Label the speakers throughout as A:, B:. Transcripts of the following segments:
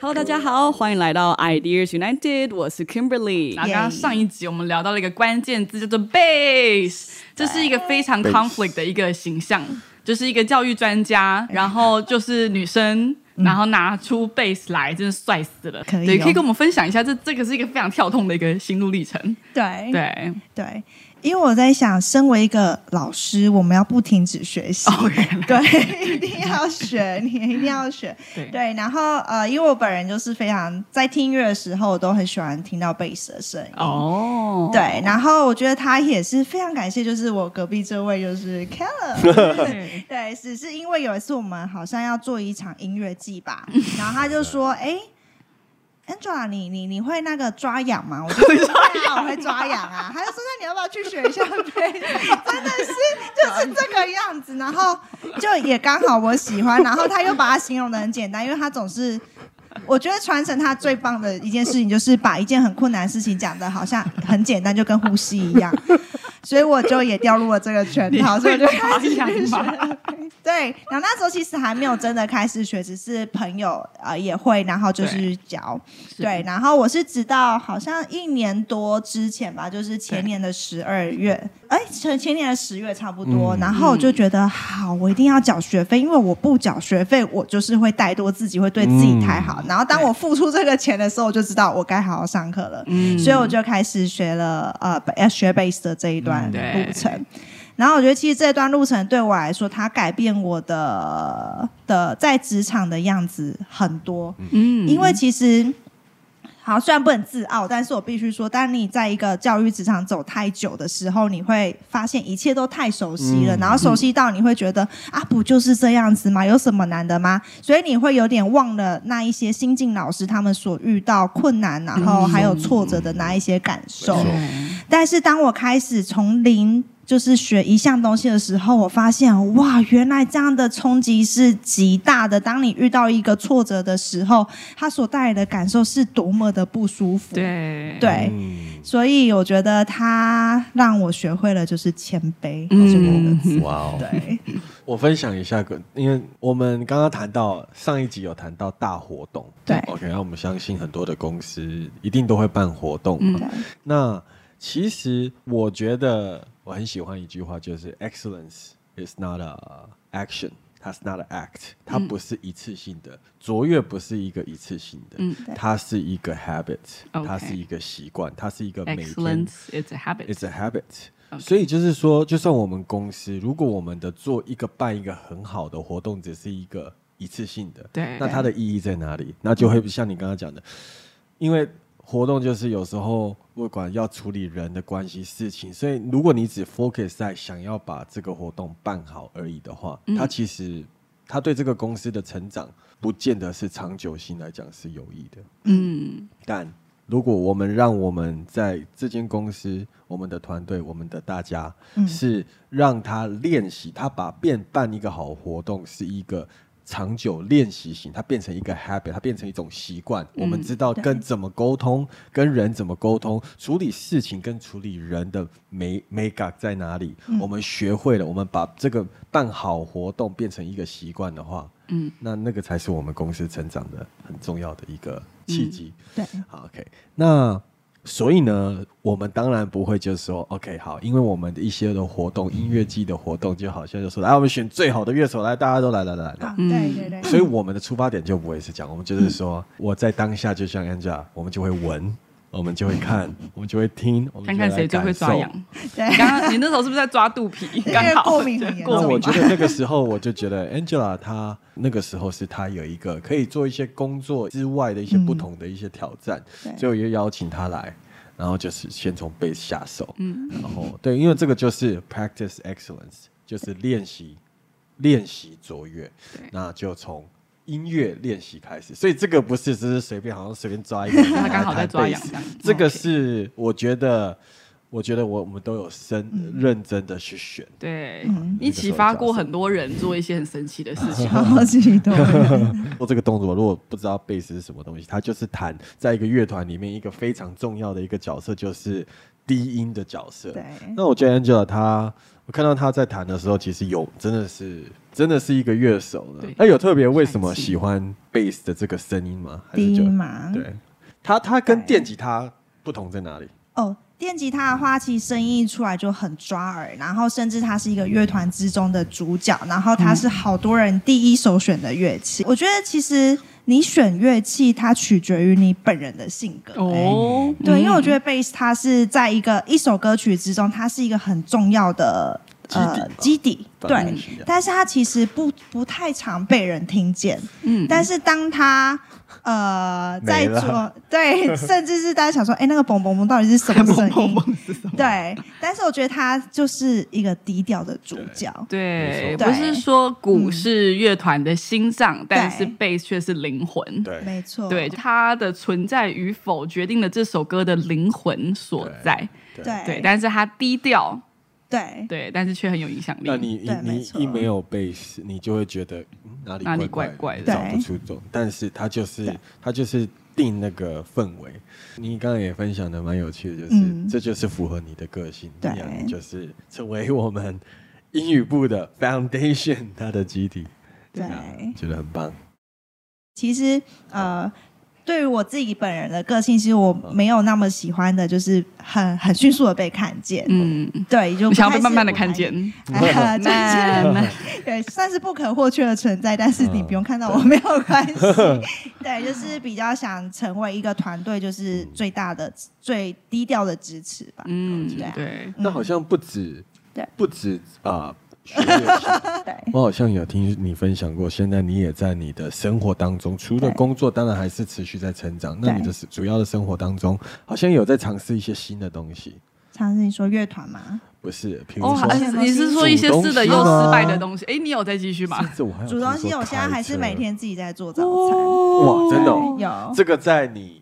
A: Hello，大家好，欢迎来到 Ideas United，我是 Kimberly。
B: 然后刚刚上一集我们聊到了一个关键字叫做 base，这是一个非常 conflict 的一个形象，就是一个教育专家，
C: 哎
B: 然后就是女生。然后拿出 base 来，真是帅死了！
C: 嗯可以哦
B: 对，可以跟我们分享一下，这这个是一个非常跳痛的一个心路历程。
C: 对
B: 对
C: 对，因为我在想，身为一个老师，我们要不停止学习。
B: ，OK，
C: 对，一定要学，你一定要学。
B: 对
C: 对，然后呃，因为我本人就是非常在听音乐的时候，我都很喜欢听到贝斯的声音。
B: 哦，
C: 对，然后我觉得他也是非常感谢，就是我隔壁这位就是 Keller，
B: 对
C: 对，只是因为有一次我们好像要做一场音乐季 吧，然后他就说：“
B: 嗯
C: 哎、a n g e l a 你你你会那个抓痒吗？”我就说：“ 对啊，我会抓痒啊。”他就说：“那你要不要去学一下 贝斯？”真的是就是这个样子，然后就也刚好我喜欢，然后他又把它形容的很简单，因为他总是。我觉得传承他最棒的一件事情，就是把一件很困难的事情讲的好像很简单，就跟呼吸一样。所以我就也掉入了这个圈
B: 你
C: 套，所以我就
B: 会
C: 开始
B: 抓痒
C: 去学
B: 吗。
C: 对，然后那时候其实还没有真的开始学，只是朋友呃也会，然后就是教。
B: 是
C: 对，然后我是直到好像一年多之前吧，就是前年的十二月，哎，前前年的十月差不多。
D: 嗯
C: 然后我就觉得，好，我一定要缴学费，因为我不缴学费，我就是会怠惰自己，会对自
B: 嗯
C: 己太好。然后当我付出这个钱的时候，我就知道我该好好上课了。
B: 嗯
C: 所以我就开始学了呃呃学 bass 的这一段
D: 嗯
B: 对
C: 路程。然后我觉得，其实这段路程对我来说，它改变我的的在职场的样子很多。
B: 嗯
C: 因为其实，好，虽然不能自傲，但是我必须说，当你在一个教育职场走太久的时候，你会发现一切都太熟悉了，
D: 嗯
C: 然后熟悉到你会觉得、啊，不就是这样子吗？有什么难的吗？所以你会有点忘了那一些新进老师他们所遇到困难，然后
B: 嗯
C: 还有挫折的那一些感受。
D: 没错
C: 但是当我开始从零就是学一项东西的时候，我发现哇，原来这样的冲击是极大的。当你遇到一个挫折的时候，它所带来的感受是多么的不舒服。
B: 对
C: 对
D: 嗯，
C: 所以我觉得它让我学会了就是谦卑，这个
B: 嗯
C: 字。
D: 哇哦！
C: 对，
D: 我分享一下个，因为我们刚刚谈到上一集有谈到大活动，
C: 对
D: ，OK，那我们相信很多的公司一定都会办活动嘛。
B: 嗯
D: 那其实我觉得我很喜欢一句话，就是 “excellence is not a action”。它是 not an
C: 嗯
D: act，它不是一次性的，卓越不是一个一次性的，
B: 嗯
C: 对
D: 它是一个 habit，
B: OK
D: 它是一个习惯，它是一个每天
B: ，excellence is a habit，
D: It's a habit。所以就是说，就算我们公司，如果我们的做一个办一个很好的活动，只是一个一次性的，
B: 对
D: 那它的意义在哪里？那就会像你刚刚讲的，因为活动就是有时候不管要处理人的关系事情，所以如果你只 focus 在想要把这个活动办好而已的话，
B: 嗯
D: 它其实它对这个公司的成长，不见得是长久性来讲是有益的。
B: 嗯，
D: 但如果我们让我们在这间公司、我们的团队、我们的大家，是让他练习，他把变办一个好活动是一个长久练习型，它变成一个 habit，它变成一种习惯。我们知道跟怎么沟通，跟人怎么沟通，处理事情跟处理人的美美感在哪里、我们学会了，我们把这个办好活动变成一个习惯的话，
B: 嗯，
D: 那那个才是我们公司成长的很重要的一个契机。
C: 对，
D: 好，OK，那所以呢，我们当然不会就说 OK 好，因为我们的一些的活动，音乐季的活动，就好像就说来，哎我们选最好的乐手来，大家都来来来来
C: 好，。对对对，
D: 所以我们的出发点就不会是这样，我们就是说，我在当下就像 Angela，我们就会闻，我们就会看，我们就会听，我
B: 看
D: 们就
B: 看
D: 来
B: 谁最会
D: 感
B: 抓
D: 受
B: 痒。
C: 对
B: 你刚刚你那时候是不是在抓肚皮？刚好
C: 过敏很严重
B: 过
D: 那
B: 敏
D: 我觉得那个时候，我就觉得 Angela 她那个时候是她有一个可以做一些工作之外的一些不同的一些挑战，
C: 对
D: 所以我就邀请她来，然后就是先从 base 下手，
B: 嗯，
D: 然后对，因为这个就是 practice excellence，就是练习练习卓越
B: 对，
D: 那就从。音乐练习开始，所以这个不是只是随便，好像随便抓一个人来弹
B: 他
D: bass。
B: 刚好在抓痒这样
D: 这个是我觉得我觉得我我们都有深、认真的去选。
B: 对，
C: 嗯
D: 那
B: 你
D: 个
B: 启
D: 时候
B: 发
D: 的角
B: 过
D: 色
B: 很多人做一些很神奇的
D: 啊
B: 事情。
C: 超级多 人，
D: 做这个动作，如果不知道贝斯是什么东西，它就是弹在一个乐团里面一个非常重要的一个角色，就是低音的角色。
C: 对
D: 那我觉得 Angela 她，我看到她在弹的时候，其实有真的是真的是一个乐手了
B: 对。
D: 那有特别为什么
B: 太气
D: 喜欢贝斯的这个声音吗？还是
C: 低
D: 就
C: 音嘛，
D: 对，它它跟
C: 对
D: 电吉他不同在哪里？
C: 哦，电吉他的话，其实声音一出来就很抓耳，然后甚至它是一个乐团之中的主角，然后它是好多人第一首选的乐器。我觉得其实你选乐器，它取决于你本人的性格。哎
B: 哦，
C: 对，因为我觉
B: 得
C: 得贝斯它是在一个一首歌曲之中，它是一个很重要的呃
D: 基底吧
C: 基底，
D: 反正
C: 对
D: 是一样，
C: 但是它其实不不太常被人听见。
B: 嗯
C: 但是当他呃在
D: 没了
C: 做 对，甚至是大家想说，哎、那个嘣嘣嘣到底是什么声音？对，但是我觉得他就是一个低调的主角。
B: 对，
D: 没嗯
C: 错
B: 不是说鼓
C: 嗯
B: 是乐团的心脏，但
C: 对
B: 是贝斯却是灵魂。
D: 对
C: 没错，
B: 对，它的存在与否决定了这首歌的灵魂所在。
D: 对
C: 对
B: 对，但是它低调，
C: 对
B: 对，但是却很有影响力。
D: 那你一
C: 对没
D: 你
C: 错
D: 一没有贝斯，你就会觉得、嗯哪里
B: 哪里
D: 怪
B: 怪怪的
D: 找不
C: 对
D: 出种。但是它就是
C: 对
D: 它就是定那个氛围。你刚刚也分享的蛮有趣的，就是、
C: 嗯
D: 这就是符合你的个性，
C: 对
D: 那你就是成为我们英语部的 foundation 它的基底，
C: 对嗯
D: 啊觉得很棒。
C: 其实呃。对于我自己本人的个性，其实我没有那么喜欢的，就是很很迅速的被看见。
B: 嗯，
C: 对，就
B: 我
C: 不
B: 想要
C: 太
B: 被
C: 是
B: 慢慢的
C: 我
B: 看
C: 来
B: 见，
C: 哎
B: 慢慢
C: 对，算是不可或缺的存在，但是你不用看到我没有关系。 对，就是比较想成为一个团队，就是最大的、最低调的支持吧。
B: 嗯，
C: 对啊
B: 对，
D: 那好像不止，
C: 对
D: 不止啊。 学乐器
C: 对，
D: 我好像有听你分享过，现在你也在你的生活当中，除了
C: 对
D: 工作，当然还是持续在成长。那
C: 对
D: 你的主要的生活当中，好像有在尝试一些新的东西，
C: 常是你说乐团嘛，
D: 不是？比如
B: 哦，
D: 说，
B: 还是你是说一些是的又失败的东西？哎，你有再继续吗
D: 甚？至我还有
C: 主
D: 听
C: 东
D: 说
C: 西我现在
D: 开
C: 还是
D: 车
C: 每天自己在做早餐。
D: 哇，真的哦、
C: 有，
D: 这个在你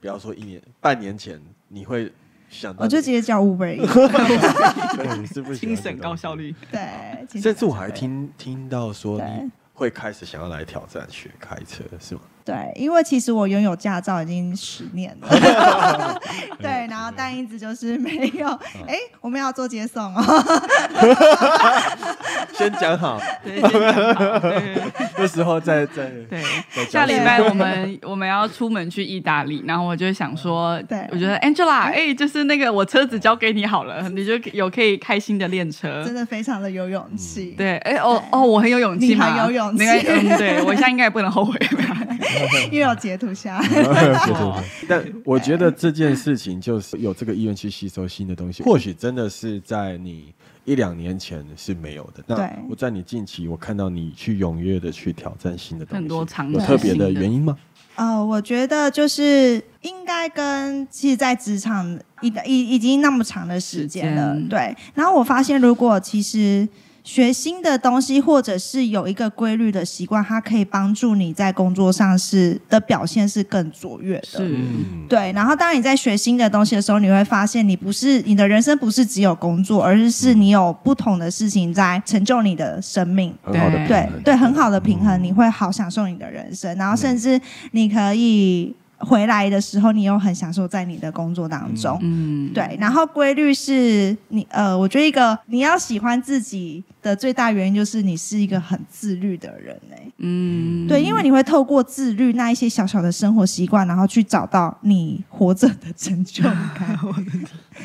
D: 不要说一年、半年前，你会想到
C: 我就直
D: 你
C: 接叫 Uber Eats。
D: 对你 是不是啊喜
B: 精
D: 欢这
B: 神
D: 个
B: 高
D: 东西
B: 效。率，
C: 对，其实
D: 甚至我还听听到说你
C: 对
D: 会开始想要来挑战学开车，是吗？
C: 对，因为其实我拥有驾照已经十年 了，对，然后但一直就是没有。
D: 嗯
C: 哎、我们要做接送哦，
D: 先讲好，
B: 对，先讲好对
D: 那时候再再
B: 对。
D: 再讲
B: 下礼
D: 好
B: 拜我们我们要出门去意大利，然后我就想说，
C: 对
B: 我觉得 Angela，哎、就是那个我车子交给你好了，你就有可以开心的练车
C: 真。的非常的有勇气。
B: 对，哎、哦哦，我很有勇气吗？
C: 你很有勇气
B: 那个嗯，对我现 在应该也不能后悔吧？
C: 因为有截图下
B: 嗯
C: 来。
D: 哦但我觉得这件事情就是有这个意愿去吸收新的东西，或许真的是在你一两年前是没有的。那
C: 对
D: 我在你近期，我看到你去踊跃的去挑战新的东西，
B: 很多尝
D: 有
B: 试
D: 特别的
B: 新的
D: 原因吗？
C: 呃，我觉得就是应该跟其实，在职场已已已经那么长的时间了，
B: 时间
C: 对。然后我发现，如果其实学新的东西，或者是有一个规律的习惯，它可以帮助你在工作上是的表现是更卓越的。
B: 是，
D: 嗯，
C: 对，然后当你在学新的东西的时候，你会发现你不是你的人生不是只有工作，而是
B: 嗯
C: 是你有不同的事情在成就你的生命。
D: 很
B: 哎
D: 好的平
C: 对
D: 衡，
C: 对，很好的平衡，你会好享受你的人
B: 嗯
C: 生，然后甚至你可以回来的时候，你又很享受在你的工作当中。
B: 嗯，
C: 对，然后规律是你呃，我觉得一个你要喜欢自己的最大原因就是你是一个很自律的人哎、
B: 嗯，
C: 对，因为你会透过自律那一些小小的生活习惯，然后去找到你活着的成就 感。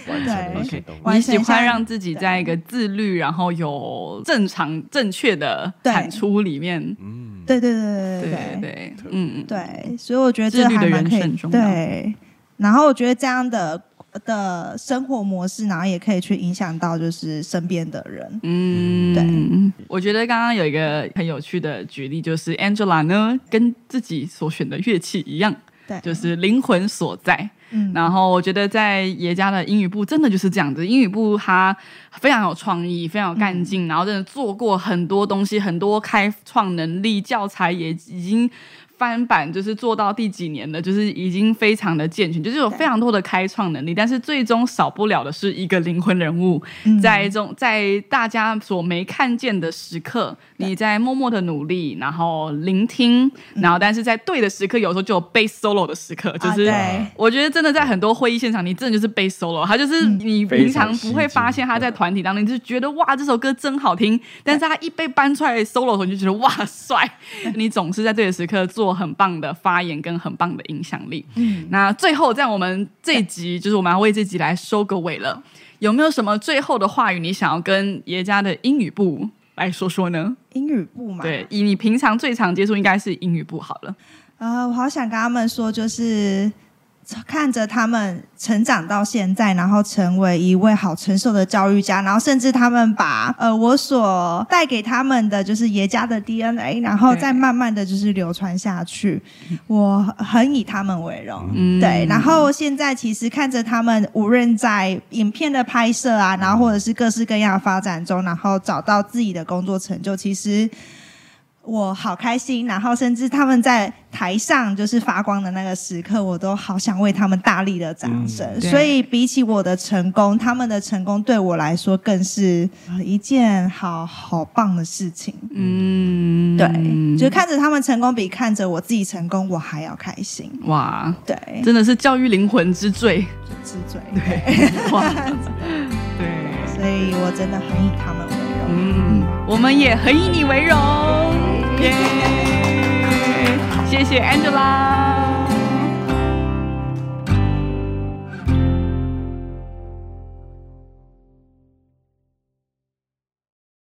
D: 完成了一些东西。
C: 完
B: 你
C: 成一
B: 喜
C: 下
B: 欢让自己在一个自律，然后有正常正确的
C: 对
B: 产出里面，
D: 嗯，
C: 对对对对
B: 对
C: 对对
B: 对，嗯，
C: 对，所以我觉得这
B: 自律的
C: 还蛮
B: 人
C: 可
B: 是很
C: 以
B: 重要
C: 对。然后我觉得这样的的生活模式，然后也可以去影响到就是身边的人。
B: 嗯，对，我觉得刚刚有一个很有趣的举例，就是 Angela 呢，跟自己所选的乐器一样，
C: 对，
B: 就是灵魂所在。
C: 嗯，
B: 然后我觉得在耶加的英语部真的就是这样子，英语部它非常有创意，非常有干
C: 嗯
B: 劲，然后真的做过很多东西，很多开创能力，教材也已经。翻版就是做到第几年了，就是已经非常的健全，就是有非常多的开创能力，但是最终少不了的是一个灵魂人物，
C: 嗯
B: 在中在大家所没看见的时刻，你在默默的努力，然后聆听，然后但是在对的时刻，有时候就有被 solo 的时刻，就
C: 嗯啊
B: 是。
C: 对
B: 我觉得真的在很多会议现场，你真的就是被 solo，他就是
C: 嗯
B: 你平常不会发现他在团体当中，你就是觉得哇这首歌真好 听，但是他一被搬出来 solo 的时候，你就觉得哇帅，你总是在对的时刻做很棒的发言跟很棒的影响力。嗯，那最后在我们这一集，就是我们要为这集来收个尾了，有没有什么最后的话语你想要跟爷家的英语部来说说呢？
C: 英语部嘛，
B: 对，以你平常最常接触应该是英语部好了。
C: 啊、我好想跟他们说，就是呃看着他们成长到现在，然后成为一位好成熟的教育家，然后甚至他们把呃我所带给他们的就是爷家的 DNA，然后
B: 对
C: 再慢慢的就是流传下去，我很以他们为荣。
B: 嗯
C: 对，然后现在其实看着他们，无论在影片的拍摄啊，然后或者是各式各样的发展中，然后找到自己的工作成就，其实我好开心。然后甚至他们在台上就是发光的那个时刻，我都好想为他们大力的掌声。
B: 对
C: 所以比起我的成功，他们的成功对我来说更是呃一件好好棒的事情。
B: 嗯，
C: 对，就是看着他们成功，比看着我自己成功，我还要开心。
B: 哇，
C: 对，
B: 真的是教育灵魂之最，
C: 之最。
B: 哇，对，
C: 所以我真的很以他们为荣。
B: 嗯，我们也很以你为荣，耶，谢谢 Angela。